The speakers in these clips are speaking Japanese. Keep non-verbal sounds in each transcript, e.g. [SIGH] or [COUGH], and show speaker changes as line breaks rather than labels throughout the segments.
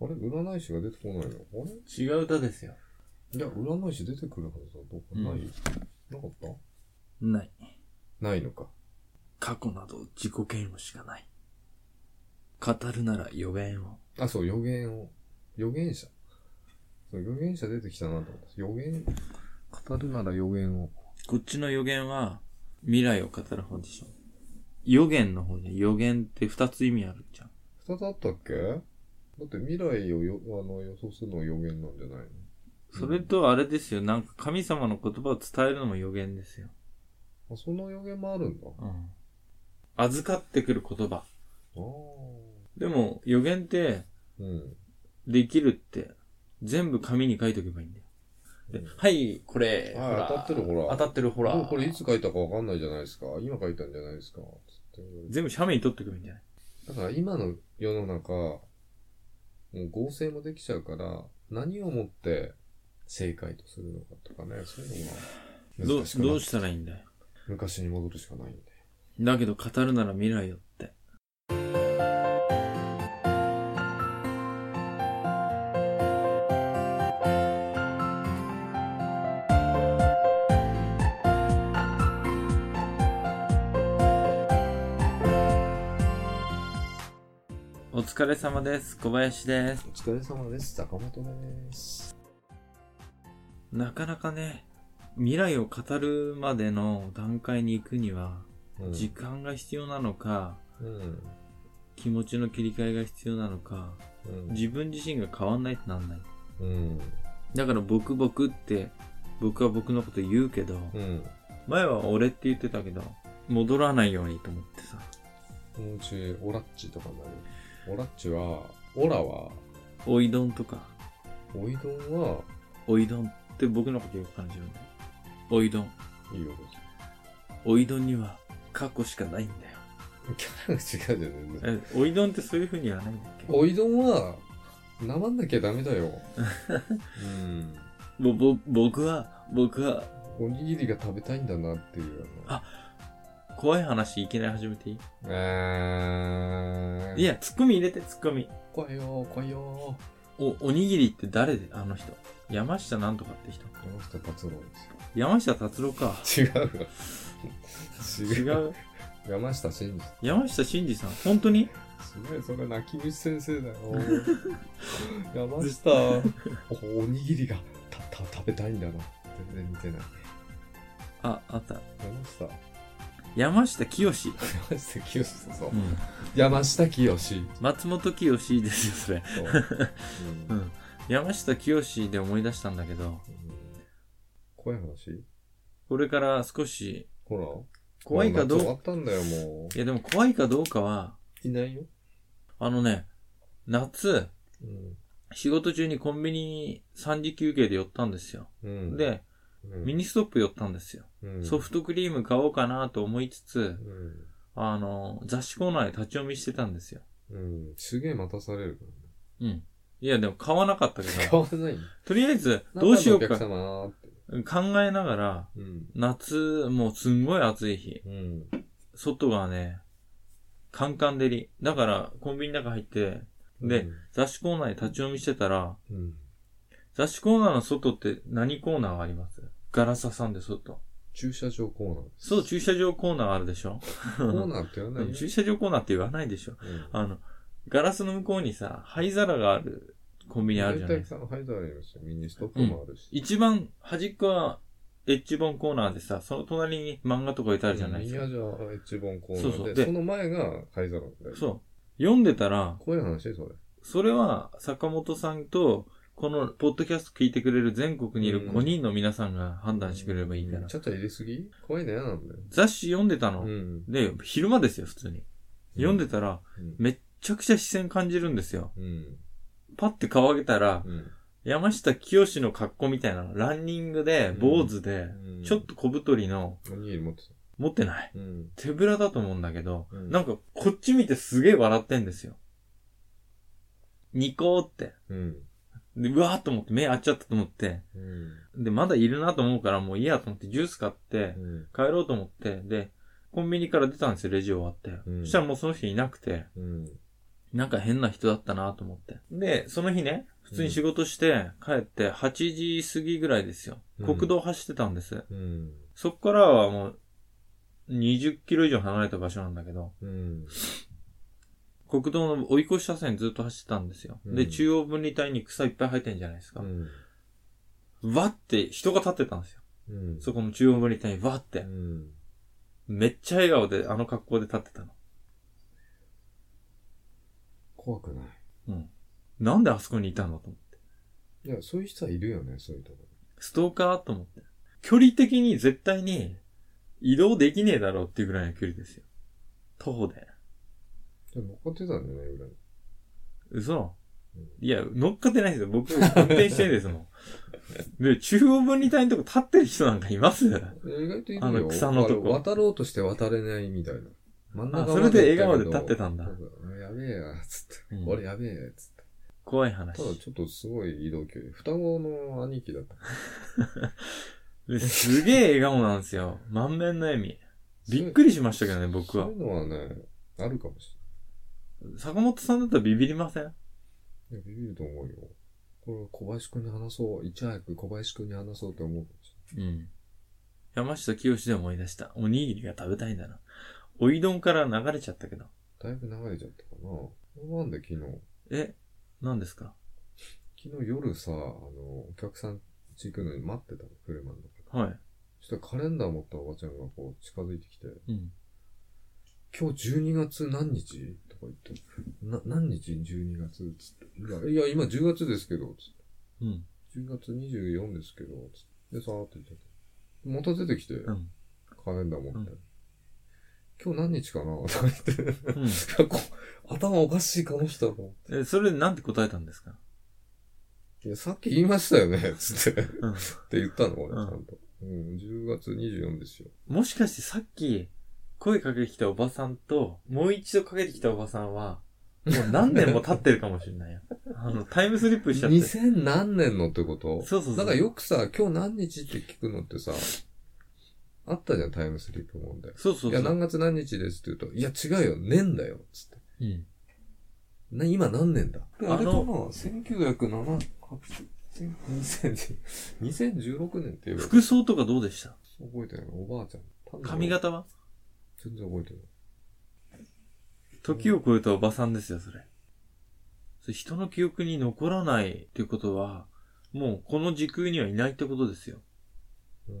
あれ占い師が出てこないのあれ
違う歌ですよ。
いや、占い師出てくるはずだ。どっかない、
うん
なかった
ない。
ないのか。
過去など自己嫌悪しかない。語るなら予言を。
あ、そう、予言を。予言者。そう、予言者出てきたなと思って。予言、語るなら予言を。
こっちの予言は、未来を語る方でしょ。予言の方には予言って二つ意味あるじゃん。
二つあったっけだって未来をよあの予想するのが予言なんじゃないの
それとあれですよ、なんか神様の言葉を伝えるのも予言ですよ。
あ、その予言もあるんだ。あ
うん。預かってくる言葉。
あ。
でも、予言って、
うん。
できるって、全部紙に書いとけばいいんだよ。で
うん
はい、これ、
はい
ほら
当たってるほら
当たってるほら。
もうこれいつ書いたかわかんないじゃないですか。今書いたんじゃないですか。つって
全部写メに取っておけばいいんじゃない
だから今の世の中、もう合成もできちゃうから、何をもって正解とするのかとかね、そういうの
ど
が
う
難し、く
ど
な
う
っ
したらいいんだよ。
昔に戻るしかないんで。
だけど語るなら未来よって。お疲れ様です。小林です。
お疲れ様です。坂本です。
なかなかね、未来を語るまでの段階に行くには、
うん。
時間が必要なのか、
うん。
気持ちの切り替えが必要なのか
うん。
自分自身が変わんないとなんない
うん。
だから僕僕って僕は僕のこと言うけど、
うん。
前は俺って言ってたけど戻らないようにと思ってさ
このうち、オラッチとかになる。オラッチは、オラは、
おいどんとか
おいどんは、
おいどんって僕のことよく感じるんだよおいどん
いいよ。
おいどんには過去しかないんだよ
キャラが違うじゃねえ
[LAUGHS] えおいどんってそういう風にはないんだっけ
おいどんは、なまんなきゃダメだよ。うん。
ぼぼ僕は僕は
おにぎりが食べたいんだなっていうの。
あ怖い話いきなり始めていい、
えー、
い、やツッコミ入れてツッコミ
来いよ、来いよ。
おおにぎりって誰であの人山下なんとかって人
山下達郎で
山下達郎か。
すよ。違う
違
わ。違う。
う。
山下真司。
山下真司さん。本当に
すごい、それ泣き虫先生
[LAUGHS]
だよ。山下、おおにぎりがたた食べたいんだな。全然似てない。
あ、あった。
山下、
山下清。
山下清志だぞ
う。ん。
山下清志。
松本清ですよ、それ。 [LAUGHS]
そう
う
うん
ん。山下清で思い出したんだけど、
怖い話
これから少し、
ほら。
怖いかどう
もう
か、
夏終わったんだよ、も
いやでも怖いかどうかは、
う。いないよ。
あのね、夏、
うん。
仕事中にコンビニ3時休憩で寄ったんですよ。
うん、
で、
うん、
ミニストップ寄ったんですよ。
うん
ソフトクリーム買おうかなと思いつつ、
うん。
あの、雑誌コーナーで立ち読みしてたんですよ。
うん。すげえ待たされるか
うん。いや、でも買わなかった
[LAUGHS]
け
らね。
ど、
変わらない
とりあえず、どうしようか
中のお客様って。
考えながら、
うん。
夏、もうすんごい暑い日。
うん。
外がね、カンカン照り。だから、コンビニの中入って、で、雑誌コーナーに立ち読みしてたら、
うん。
雑誌コーナーの外って何コーナーがありますガラス挟んで外。
駐車場コーナーです。
そう、駐車場コーナーあるでしょ
コーナーって言わないよ。
駐車場コーナーって言わないでしょあの、ガラスの向こうにさ、灰皿があるコンビニあるじゃないですか
さん入ったらいいんですよ。ミニストップもあるし。
一番端っこはエッジボンコーナーでさ、その隣に漫画とか置いてあるじゃないですか。
ミニアジャエッジボンコーナ
そうそ
ー
うで
で、その前が灰皿なんだよ。
そう。読んでたら、
こういう話それ。
それは坂本さんと、このポッドキャスト聞いてくれる全国にいる5人の皆さんが判断してくれればいいから。
ちゃっちゃ入れすぎ怖いね、嫌なんだよ。
雑誌読んでたの。
うん。
で、昼間ですよ、普通に。読んでたら、
うん
めっちゃくちゃ視線感じるんですよ。
うん。
パッて顔上げたら、
うん。
山下清の格好みたいなの。ランニングで、坊主で、
うん
ちょっと小太りの、
おにぎり持ってた。
持ってない。
うん。
手ぶらだと思うんだけど、
うん
なんかこっち見てすげえ笑ってんですよ。ニコーって。
うん。
で、うわーっと思って目合っちゃったと思って、
うん。
で、まだいるなと思うからもういいやと思ってジュース買って、
うん。
帰ろうと思って、で、コンビニから出たんですよ、レジ終わって。
うん
そしたらもうその人いなくて、
うん。
なんか変な人だったなと思って。で、その日ね、普通に仕事して帰って8時過ぎぐらいですよ。
うん
国道走ってたんです。
うん。
そっからはもう20キロ以上離れた場所なんだけど、
うん。
国道の追い越し車線ずっと走ってたんですよ。
う
で、
ん
中央分離帯に草いっぱい生えてんじゃないですか
う。ん。
わって人が立ってたんですよ。
うん。
そこの中央分離帯にわっ
う
て。
ん。
めっちゃ笑顔であの格好で立ってたの。
怖くない。
うん。なんであそこにいたのと思って。
いや、そういう人はいるよね、そういうとこ
ストーカーと思って。距離的に絶対に移動できねえだろうっていうぐらいの距離ですよ。徒歩で。
ろ。でも残ってたんじゃない裏に。
嘘
うん
いや、乗っかってないですよ。僕、運転してるんですもん。 [LAUGHS] で、中央分離帯のとこ立ってる人なんかいます
意外といるよ。
あの草のとこ
あれ渡ろうとして渡れないみたいな。真ん中
あ
ま
それで笑顔で
行ったけど
立ってたんだ
そうやべえや、つって。
うん
俺やべえや、つって。
怖い話
ただ。ちょっとすごい移動距離。双子の兄貴だった。
ですげえ笑顔なんですよ。満面の笑み。びっくりしましたけどね、僕は
そうい。うのはね、あるかもし
坂本さんだったらビビりません
れない。いや、ビビると思うよ。これは小林くんに話そう。いち早く小林くんに話そうと思うかもし
うん。山下清で思い出した。おにぎりが食べたいんだな。おいどんから流れちゃったけど。
れない。だいぶ流れちゃったかな。なんで昨日。
え、何ですか
昨日夜さ、あの、お客さん家行くのに待ってたの、車の中で。
は
そしたらカレンダー持ったおばちゃんがこう近づいてきて、
い。うん。
今日12月何日とか言って、な、何日 ?12 月つって。いや、いや今10月ですけど、つって。
うん。
10月24ですけど、つって。で、さーって言っちゃって。また出てきて、
うん。
カレンダー持って。
うん
今日何日かなとか言って。
うん。
こ頭おかしいかもしたろ。
え、それでなんて答えたんですか
いや、さっき言いましたよね、つって。っ [LAUGHS]
うん。
て言ったの、俺、ち
うん
ゃんと。うん、10月24ですよ。
もしかしてさっき、声かけてきたおばさんと、もう一度かけてきたおばさんは、もう何年も経ってるかもしれないよ。 [LAUGHS] あの、タイムスリップしちゃって。
2000何年のってこと
そうそうそう
だからよくさ、今日何日って聞くのってさ、あったじゃん、タイムスリップ問題。
そうそうそう。
いや、何月何日ですって言うと、いや、違うよ、年だよ、つって。
うん。
な、今何年だ
あれかな
1907、2000 2016年って言えば、覚
服装とかどうでした
えてないのおばあちゃん。単なる
髪型は
全然覚えてない。
時を超えたおばさんですよ、それ。それ人の記憶に残らないっていうことは、もうこの時空にはいないってことですよ。
うん。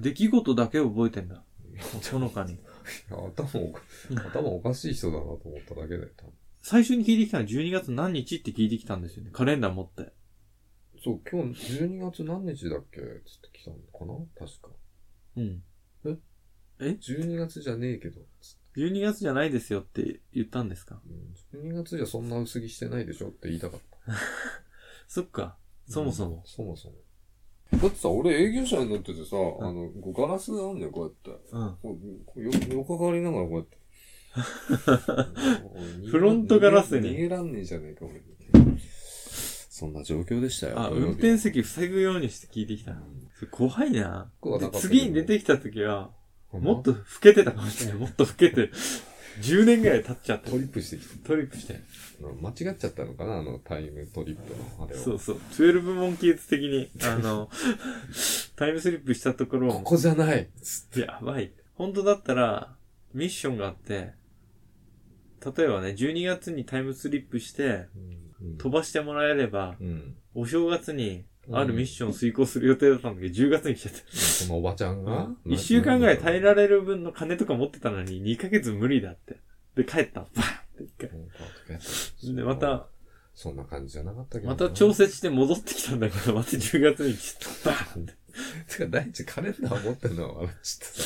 出来事だけを覚えてんだ。ほのかに。
いや頭おか、頭おかしい人だなと思っただけだよ、多分。
最初に聞いてきたのは12月何日って聞いてきたんですよね。カレンダー持って。
そう、今日12月何日だっけつって来たのかな確か。
うん。
12月じゃねえけど、つって
12月じゃないですよって言ったんですか
うん、12月じゃそんな薄着してないでしょって言いたかった。
そっか。そもそも。
そもそも。だってさ、俺営業者になっててさ、
ん
あの、こうガラスあんだよ、こうやって。
うん。
こうこうよ横変わりながらこうや
[LAUGHS]
って。
フロントガラスに
逃げらんねえじゃねえか、俺。そんな状況でしたよ。
あ、
土曜日
運転席防ぐようにして聞いてきた。それ怖いな。
怖か
で
った
次に出てきた時は、
ほんま
もっと老けてたかもしれない。もっと老けて、10年ぐらい経っちゃって
トリップしてき
トリップして。
た。間違っちゃったのかな、あのタイムトリップのあれを。
そうそう。12モンキーズ的に、あの、 [LAUGHS] タイムスリップしたところ
こ
を、
こじゃない
やばい。本当だったら、ミッションがあって、例えばね、12月にタイムスリップして、
うん
飛ばしてもらえれば、
うん。
お正月に、あるミッションを遂行する予定だったんだけど、10月に来ちゃっ
そのおばちゃんが
た。1週間ぐらい耐
れ
えられる分の金とか持ってたのに、2ヶ月無理だって。で、帰った。バーンって一回。で、また、、
そんな感じじゃなかったけど。
また調。整して戻ってきたんだけど、また10月に来ちゃった。バーンって。
てか、第一カレンダー持ってんのは笑っちゃったさ。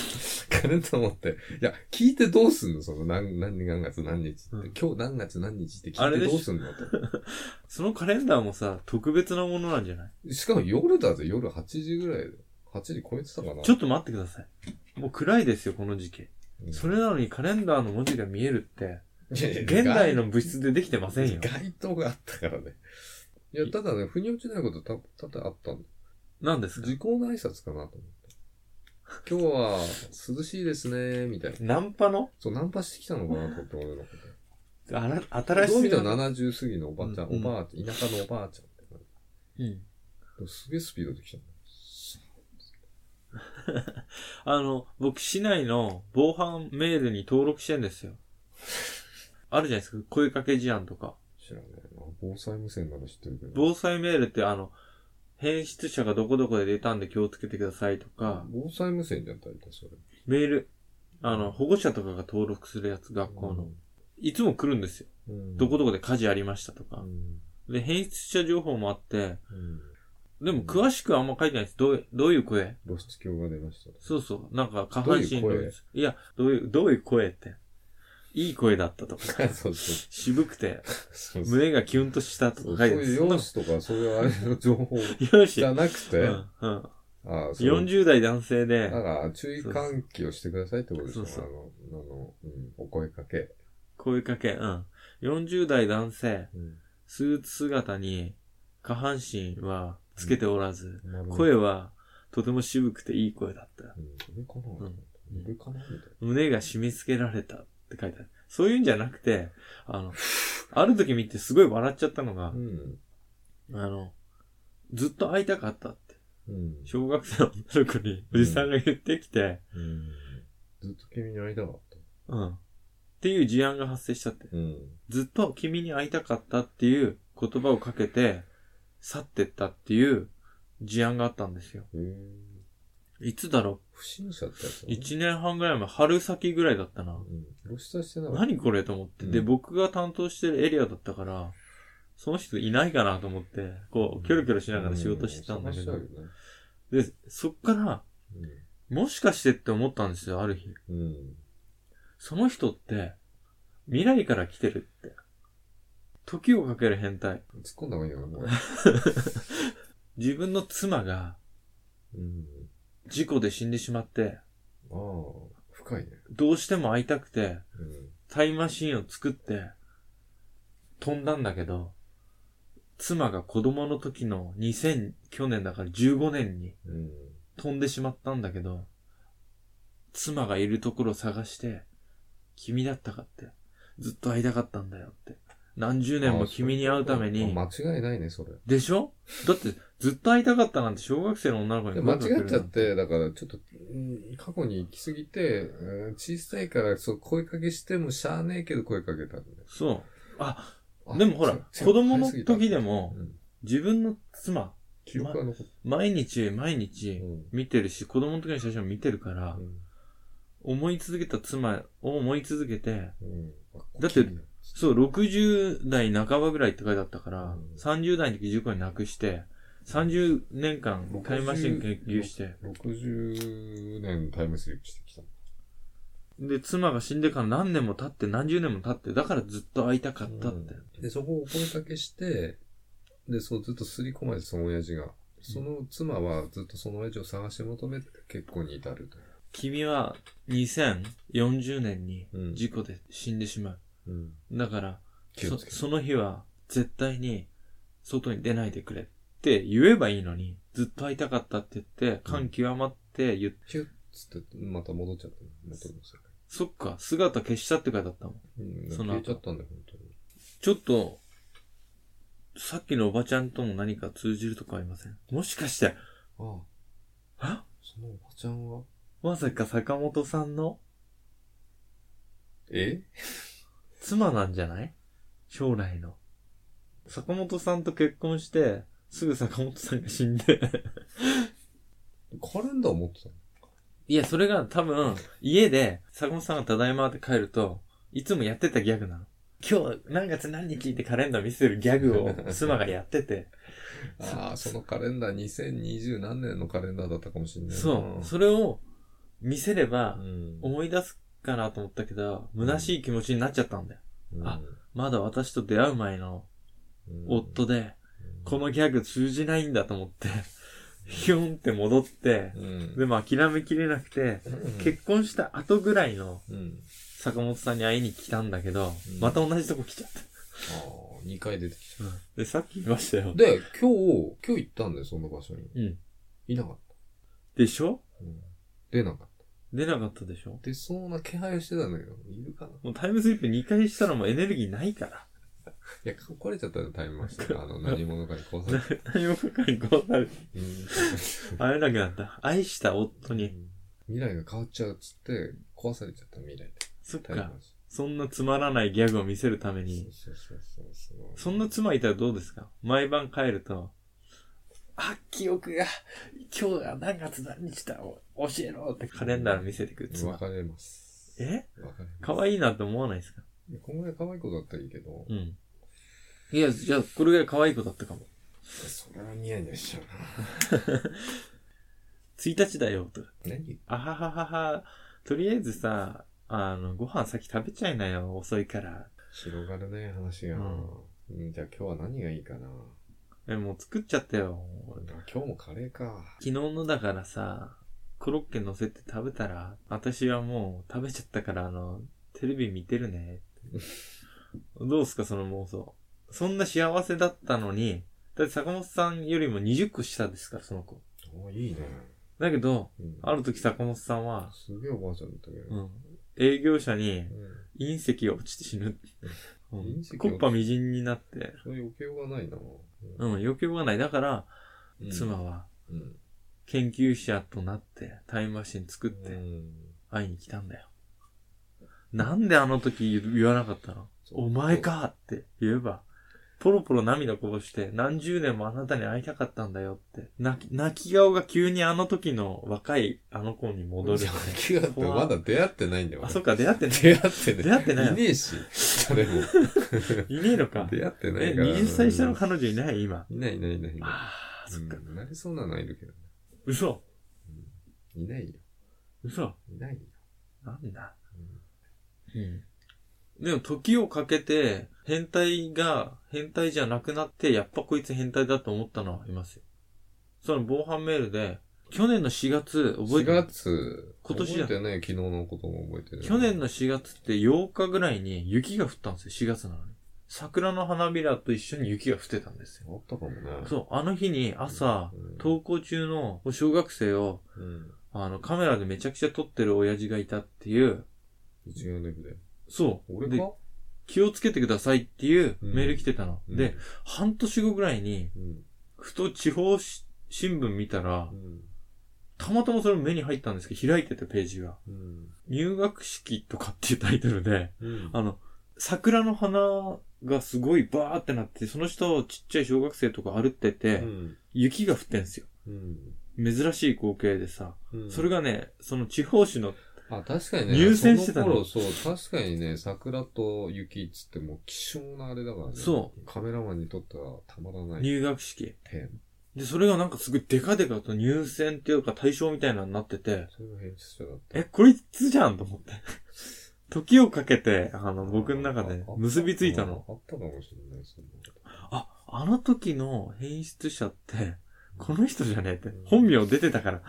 カレンダー持って。いや、聞いてどうすんのその何、何、何月何日って。
うん
今日何月何日って
あ
聞
れ
いて
でし
ど
ょ
うすんのと。
そのカレンダーもさ、特別なものなんじゃない
しかも夜だぜ、夜8時ぐらいで。8時超えてたかな。
ちょっと待ってください。もう暗いですよ、この時期。
うん
それなのにカレンダーの文字が見える
[LAUGHS]
って、
いやいや
現代の物質でできてませんよ。
街灯があったからね。いや、ただね、腑に落ちないことた、多々あったんだ
何ですか
時効の挨拶かなと思って。今日は涼しいですね、みたいな。
ナンパの
そう、ナンパしてきたのかなと思って、俺のこと。
あら新しい。
どう見ても70過ぎのおばあちゃん、
うんうん
おばあちゃん、田舎のおばあちゃんって感じ。
うん。
でもすげえスピードできたね。
あの、僕、市内の防犯メールに登録してんですよ。あるじゃないですか。声かけ事案とか。
知らねえな。防災無線なら知ってるけど。
防災メールって、あの、変質者がどこどこで出たんで気をつけてくださいとか、
防災無線じゃん、大体それ。
メール、あの、保護者とかが登録するやつ、学校の。いつも来るんですよ。
うん。
どこどこで火事ありましたと
う
か。
ん。
で、変質者情報もあって、
うん。
でも詳しくはあんま書いてないです。どう、どういう声
露出鏡が出ました。
そうそう。なんか、下半身の
どういう声
いや、どういう、どういう声って。いい声だったとか。
[LAUGHS] そうそう。
渋くて、
そうそう。
胸がキュンとしたと
そう
か書いて
いう
ある
容姿とか、そういうあれの情
[LAUGHS]
報
容
じゃ
姿。
なく
う
て、
ん、うん。
ああ、そう
40代男性で、
なんか、注意喚起をしてくださいってことですよ。
そう
あの、あの、うん、お声かけ。
声かけ、うん。40代男性、
うん。
スーツ姿に、下半身はつけておらず、声はとても渋くていい声だった。
うん、上かな、
うん
上かなみたい
胸が締め付けられたって書いてある。そういうんじゃなくて、あの、ある時見てすごい笑っちゃったの
な。
が
う、ん。
あの、ずっと会いたかったって、
うん。
小学生の女の子におじさんが言ってきて、
うんずっと君に会いたかった。
うん。っていう事案が発生しちゃって。
うん。
ずっと君に会いたかったっていう言葉をかけて、去ってったっていう事案があったんですよ。
へえ。
いつだろ
不審者ってやつ
う
だね
?1 年半ぐらい前、春先ぐらいだったな。
うん。露出はしてなかった。
何これと思って。で、
うん
僕が担当してるエリアだったから、その人いないかなと思って、こう、キョロキョロしながら仕事してたんだけど
う。忙しいよね
で、そっから、もしかしてって思ったんですよ、ある日。
うん。うん。
その人って、未来から来てるって。時をかける変態。
突っ込んだ方がいいよな、もう。
自分の妻が、
うん。
事故で死んでしまって、
ああ、深いね。
どうしても会いたくて、
うん。
タイムマシンを作って、飛んだんだけど、妻が子供の時の2000、去年だから15年に
うん。
飛んでしまったんだけど、妻がいるところを探して、君だったかって、ずっと会いたかったんだよって。何十年も君に会うために、
あ間違いないね、それ。
でしょだってずっと会いたかったなんて小学生の女の子
で
に
間違
声かけるなん
っちゃって、だからちょっと、うん過去に行き過ぎて、うん小さいからそう声かけしてもしゃあねえけど声かけたんだよ
そう。あ、
あ
でもほら
違う
子供の時でも
うん
自分の妻、
記憶が残って
毎日毎日
る。うん
見てるし、子供の時の写真を見てるから、思い続けた妻を思い続けて、
うん
だってそう、60代半ばぐらいって書いてあったから、
うん
30代の時事故になくして、30年間タイムマシン研究して、
60年タイムスリップしてきた。
で、妻が死んでから何年も経って、何十年も経って、だからずっと会いたかったって。
うんで、そこをお声かけして、で、そうずっと刷り込まれて、その親父が。その妻はずっとその親父を探し求めて結婚に至ると。
君は2040年に
うん
事故で死んでしまう。
うん。
だから、
気を
そ
つけて
その日は絶対に外に出ないでくれって言えばいいのに、ずっと会いたかったって言って、感極まって言っ
ヒュッつって、また戻っちゃったね。元の世界。
そっか、姿消したって書いてあったも
う
ん。
ん、
その
消
後
えちゃったんだよ、本当に。
ちょっと、さっきのおばちゃんとも何か通じるとこありませんもしかして、
あ
あ
あ、そのおばちゃんは
まさか坂本さんの
え
妻なんじゃない将来の。坂本さんと結婚して、すぐ坂本さんが死んで。
カレンダー持ってたの
[LAUGHS] いや、それが多分、家で、坂本さんがただいまって帰ると、いつもやってたギャグなの。今日、何月何日ってカレンダー見せるギャグを、妻がやってて。
ああ、そのカレンダー2020何年のカレンダーだったかもしれないな。
そう。それを、見せれば
う、ん。
思い出すかなと思ったけど、虚しい気持ちになっちゃったんだよ。
うん
あ、まだ私と出会う前の
うん
夫、で、
うん
こ、のギャグ通じないんだと思って、 [LAUGHS] ヒュンって戻って、
うん。
でも諦めきれなくて、結婚した後ぐらいの
うん。
坂本さんに会いに来たんだけど
う、ん
また同じとこ来ちゃった。
ああ、2回出てき
で、さっき言いましたよ
た。。で、今日、今日行ったんだよ、その場所に。
うん。
いなかっ
でしょ
た。うん、出なかっ
出なかったでしょ
出そうな気配をしてたんだけど、いるかない
もうタイムスリップ2回したらもうエネルギーないから。
や、壊れちゃったのタイムマシンが。あの、何者かに殺さ
[LAUGHS]
[LAUGHS] れて。
何もかかりこうなる。
うん
会えなくなった。愛した夫に。
未来が変わっちゃうっつって、壊されちゃった未来で。
そっ
タイム
か。
マシン
そんなつまらないギャグを見せるために。
そうそうそうそう
そんな妻いたらどうですか毎晩帰ると、
あ、記憶が、今日が何月何日だ、お教えろって。
カレンダー見せてくる妻。
別れます。
え
別れます。
可愛いなって思わないですか
いやこんぐらい可愛い子だったらいいけど
う、ん。いや、じゃあ、これぐらい可愛い子だったかも。
それはニヤニヤしちゃうな。
1日だよ、とか。
何
あはははは。とりあえずさ、あの、ご飯先食べちゃいなよ、遅いから。
広がるね、話が。うん、じゃあ今日は何がいいかな。
え、もう作っちゃったよ。
あ今日もカレーか。
昨日のだからさ、コロッケ乗せて食べたら、私はもう食べちゃったから、あの、テレビ見てるね。 [LAUGHS] どうすか、その妄想。そんな幸せだったのに、だって坂本さんよりも20個下ですから、その子。
おいいね。
だけど、
うん
ある時坂本さんは、
すげえおばあちゃんだったけ
う
ど。
ん、営業者に
うん
隕石が落ちて死ぬ。うん
隕石が落ち
コッパみじんになって、
それ余計がないな。
うん、余計がない。だから、
うん
妻。は
うん。
研究者となって、タイムマシン作っ
う
て、
ん
会いに来たんだよ。なんであの時言わなかったのお前。かって言えば、ポロポロ涙こぼして、何十年もあなたに会いたかったんだよって、泣き泣き顔が急にあの時の若いあの子に戻る
じゃ。 [LAUGHS] あ、ってまだ出会ってないんだよ。
あ、そっか、出会ってない。
出会ってない。
出会ってないの
いねえし。それも。
いねえのか。
出会ってない
え、
から。
20歳下の彼女いない今。
いないいないいないいない。
ああ、そっか
う。んなりそうなのはいるけどね。
嘘。
いないよ。
嘘。
いないよ。
なんだ。
うん
うん。でも、時をかけて、変態が、変態じゃなくなって、やっぱこいつ変態だと思ったのはいますよ。その防犯メールで、去年の4月、覚え
4
てる
月。
今年だ
覚えてない昨日のことも覚えてる。
去年の4月って8日ぐらいに雪が降ったんですよ、4月なのに。桜の花びらと一緒に雪が降ってたんですよ。
あったかもね。
そう、あの日に朝、
うん
登校中の小学生を、
うん。
あの、カメラでめちゃくちゃ撮ってる親父がいたっていう、
一眼レフで。
そう。
俺
で
か
気をつけてくださいっていう
うん
メール来てたの。で、、半年後ぐらいに、
うん。
ふと地方し新聞見たら
う、ん。
たまたまそれ目に入ったんですけど、開いてたページが。
うん。
入学式とかっていうタイトルで、
うん
あの、桜の花がすごいバーってなって、その下をちっちゃい小学生とか歩ってて、
うん
雪が降ってんすよ。
うん。
珍しい光景でさ、
うん
それがね、その地方紙の、
あ、確かにね。
入選してた
そ
の
の頃、そう、確かにね、桜と雪っつってもう希少なあれだからね。。
そう
カメラマンにとってはたまらない
入学式。
ペン。
で、それがなんかすごいデカデカと入選っていうか対象みたいなのになってて、
それが編集者だった。
え、こいつじゃんと思って。 [LAUGHS] 時をかけて、あの、僕の中で結びついたの。
あったかもしれない、そんなこと
あ、あの時の変質者って、この人じゃねえって。本名出てたから、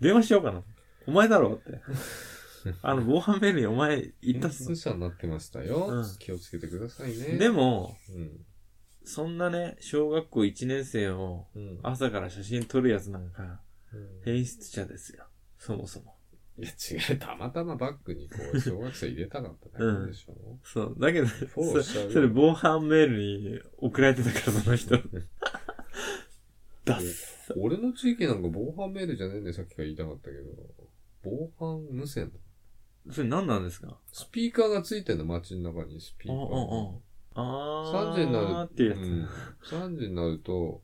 電話しようかな。お前だろ [LAUGHS] って。あの、防犯メールにお前
うん。
言ったっす
編集。者になってましたよ
うん。
気をつけてくださいね。
でも、
うん、
そんなね、小学校1年生を
うん。
朝から写真撮るやつなんか、
うん
変質者ですよ。そもそも。
いや、違う。たまたまバッグにこう、小学生入れたかっただけでしょ。
そう。だけど、
フォローしちゃう
そ
よ
それ防犯メールに送られてたから、その [LAUGHS] 人。だっさ。
俺の地域なんか防犯メールじゃねえんでさっきから言いたかったけど、防犯無線。
それ何なんですか
スピーカーがついてんの、街の中にスピー
う
カ
んうん
ー
うん。あ
3
ー。
時になる
っていうやつ。
うん、3時になると、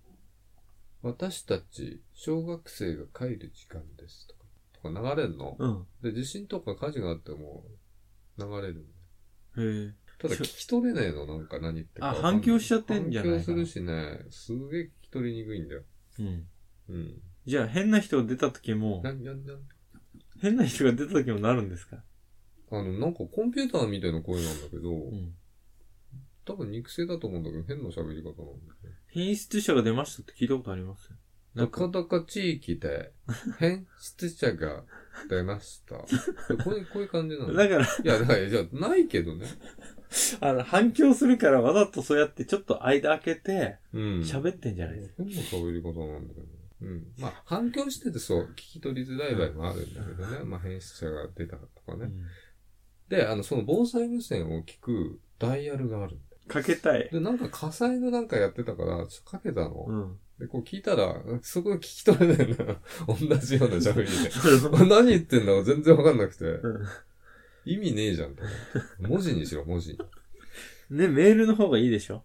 私たち、小学生が帰る時間ですとか、とか流れるの。
うん。
で、地震とか火事があっても流れるの。
へえ。
ただ聞き取れねえの、なんか何言ってるかわかんない。
あ反響しちゃってんじゃないかな
反響するしね、すげえ聞き取りにくいんだよ。
うん。
うん。
じゃあ、変な人が出た時も
な、んじゃんじゃん。
変な人が出た時もなるんですか
あの、なんかコンピューターみたいな声なんだけど、
うん。
多分肉声だと思うんだけど、変な喋り方なんだよね。
品質者が出ましたって聞いたことありますな
なんか
か、
なか地域で、変質者が出ま
[LAUGHS]
した。これ、こういう感じなの。
だから、 [LAUGHS]
いや、だから、じゃあないけどね。
あの、反響するからわざとそうやってちょっと間開けて、
うん。
喋ってんじゃないですか。
変な喋り方なんだけど。うん。まあ、反響しててそう、聞き取りづらい場合もあるんだけどね。まあ、変質者が出たとか
う
ね。
ん
で、あの、その防災無線を聞くダイヤルがあるんだよ。
かけたい。
で、なんか火災のなんかやってたから、ちょっとかけたの。
[LAUGHS] うん。。
で、こう聞いたら、そこが聞き取れないんだよ。 [LAUGHS] 同じような喋りで [LAUGHS]
う
何言ってんだか全然わかんなくて。
ん
意味ねえじゃんと思って。文字にしろ、文字に。
ね、メールの方がいいでしょ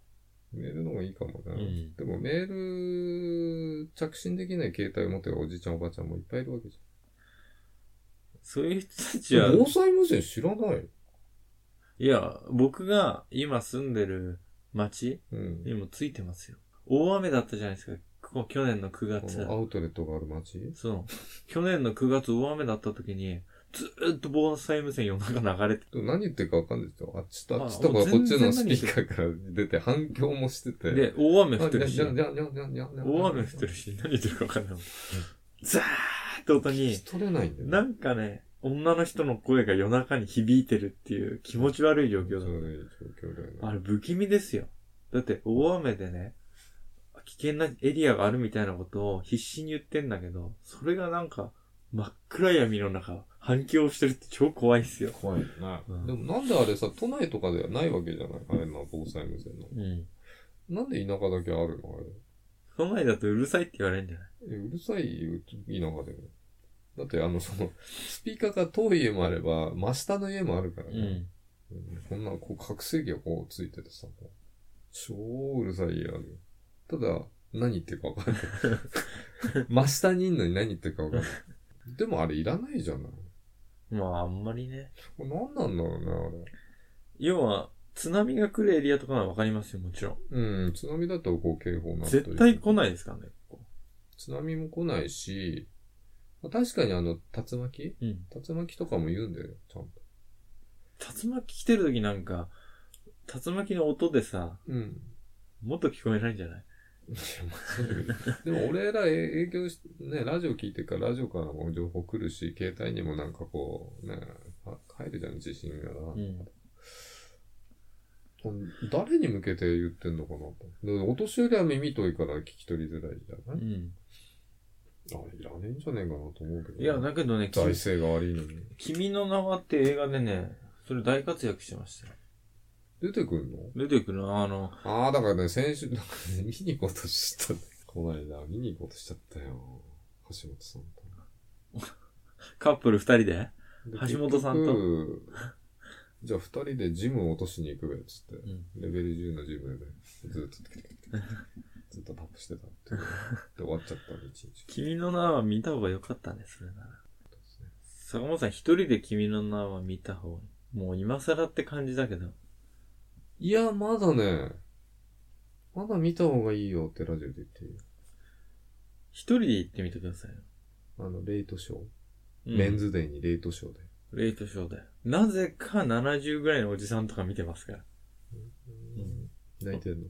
メールの方がいいかもな。
ん
でもメール、着信できない携帯を持ってるおじいちゃんおばあちゃんもいっぱいいるわけじ
そういう人たち
ゃ
は
ん。、防災無線知らない。
いや、僕が今住んでる町
うん。
にもついてますよ。大雨だったじゃないですか。ここ去年の9
こ
月。
のアウトレットがある街
そう。去年の9月大雨だった時に、ずーっと防災無線夜中流れて、
でも何言ってるかわかんないですよ。あっちと
あ
あっちとか
もう
こっ
全
ち
然
のスピーカーから出て反響もしてて。
で、大雨降
あ、
ってるし
にゃ、んにゃんにゃんにゃんにゃんにゃん
大雨降ってるし、何言ってるかわかんないもん。ザーって音
聞
に
き、取れないんだよね。
なんかね、女の人の声が夜中に響いてるっていう気持ち悪い状況だ
そ
っ
う
た
いう状況だよね。
あれ不気味ですよ。だって大雨でね、危険なエリアがあるみたいなことを必死に言ってんだけど、それがなんか真っ暗闇の中反響してるって超怖いっすよ。
怖いよな
うん
でもなんであれさ、都内とかではないわけじゃないあれな、防災無線の。
うん。
なんで田舎だけあるのあれ。
都内だとうるさいって言われるんじゃない
えうるさいよ田舎でも。だってあの、その、スピーカーが遠い家もあれば、真下の家もあるからね。うんこんな、こう、拡声器がこうついててさ、もう超うるさい家あるよ。ただ、何言ってるかわかんない。真下にいんのに何言ってるかわかんない。でもあれいらないじゃない。
うん。まああんまりね。
これ何なんだろうね、あれ。
要は、津波が来るエリアとかならわかりますよ、もちろん。
うん、津波だとこう警報な
絶対来
い。
ないですからね、こ
津波も来ないし、まあ確かにあの、竜巻
こうん。
竜巻とかも言うんだよ、ちゃんと。
竜巻来てる時なんか、竜巻の音でさ、
うん。
もっと聞こえないんじゃない
いやまあそうだけどでも俺らえ影響し、ね、ラジオ聞いてからラジオからも情報来るし、携帯にもなんかこう、ね、あ入るじゃん、自信がな。
ん。
誰に向けて言ってんのかなと。でお年寄りは耳遠いから聞き取りづらいじゃ
う
ない、
ん。
あれいらねえんじゃねえかなと思うけど。
いや、だけどね、
財政が悪いのに。
君の名はって映画でね、それ大活躍してましたよ。
出てくんの
出てくるのあの、
ああ、だからね、先週、なんか [LAUGHS] ね、見に行こうとしちゃった。こないだ、見に行こうとしちゃったよ。橋本さん
カップル二人で
と。
橋本さんと
で。結局じゃあ二人でジムを落としに行くべ、つって。
うん。
レベル10のジムで、ずっと、ずっとタップしてた
[LAUGHS]
っていう。で、終わっちゃったの、一日。
君の名は見た方が良かったね、それなら。
ですね
坂本さん一人で君の名は見た方がもう今更って感じだけど。
いや、まだね、まだ見た方がいいよってラジオで言ってるよ
一人で行ってみてくださいよ。
あの、レイトショー。
うん
メン。ズデーにレイトショーで。
レイトショーだよ。なぜか70ぐらいのおじさんとか見てますから。ん
泣いてんの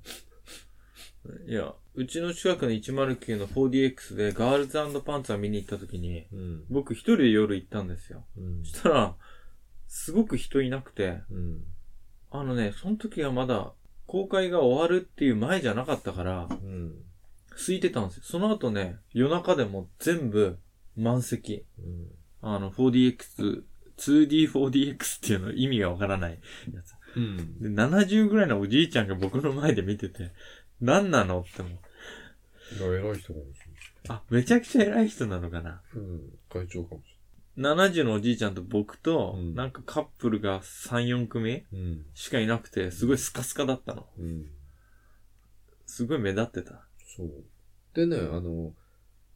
いや、うちの近くの109の 4DX でガールズパンツァー見に行った時に、
うん。
僕一人で夜行ったんですよ。
うん
そしたら、すごく人いなくて、
うん。
あのね、その時はまだ公開が終わるっていう前じゃなかったから、
うん。
空いてたんですよ。その後ね、夜中でも全部満席。
うん。
あの、4DX、2D4DX っていうの意味がわからないやつ。
うん。
で、70ぐらいのおじいちゃんが僕の前で見てて、何なのって思う。
偉い人かもし
あ、めちゃくちゃ偉い人なのかな。
れない。うん。会長かもし
70のおじいちゃんと僕と、
うん
なんかカップルが3、4組
れない。うん。
しかいなくて、すごいスカスカだったの。
うん。
すごい目立ってた。
そう。でね、あの、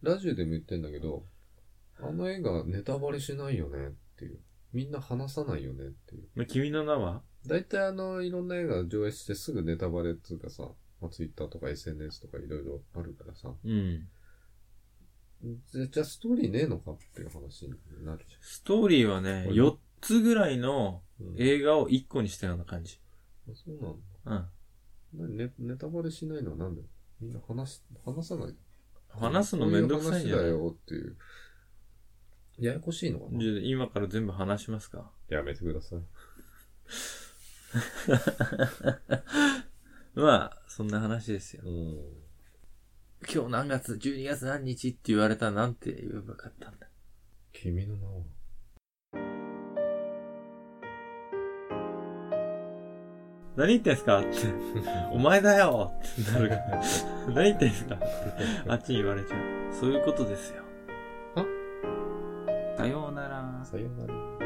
ラジオでも言ってんだけど、あの映画ネタバレしないよねっていう。みんな話さないよねっていう。
ま君の名は
大体あの、いろんな映画上映してすぐネタバレっていうかさ、まあ、Twitter とか SNS とかいろいろあるからさ、
うん。
じゃじゃあストーリーねえのかっていう話になるじ
ストーリーはね、
これ
4つぐらいの
ゃん。うん
映画を1個にしたような感じ。
あそうなの
うん。
なネネタバレしないのはなんでみんな話し、話さない
話すのめんどくさいんじゃ
こう
ない
話
う
だよっていう。ややこしいのかな
じゃあ今から全部話しますか。
やめてください。
まあ、そんな話ですよ。
うん。
今日何月、12月何日って言われたらなんて言えばよかったんだ。
君の名は。
何言ってんすかって。お前だよってなるから。何言ってんすかって。あっちに言われちゃう。そういうことですよ。
あ
さようなら。
さようなら。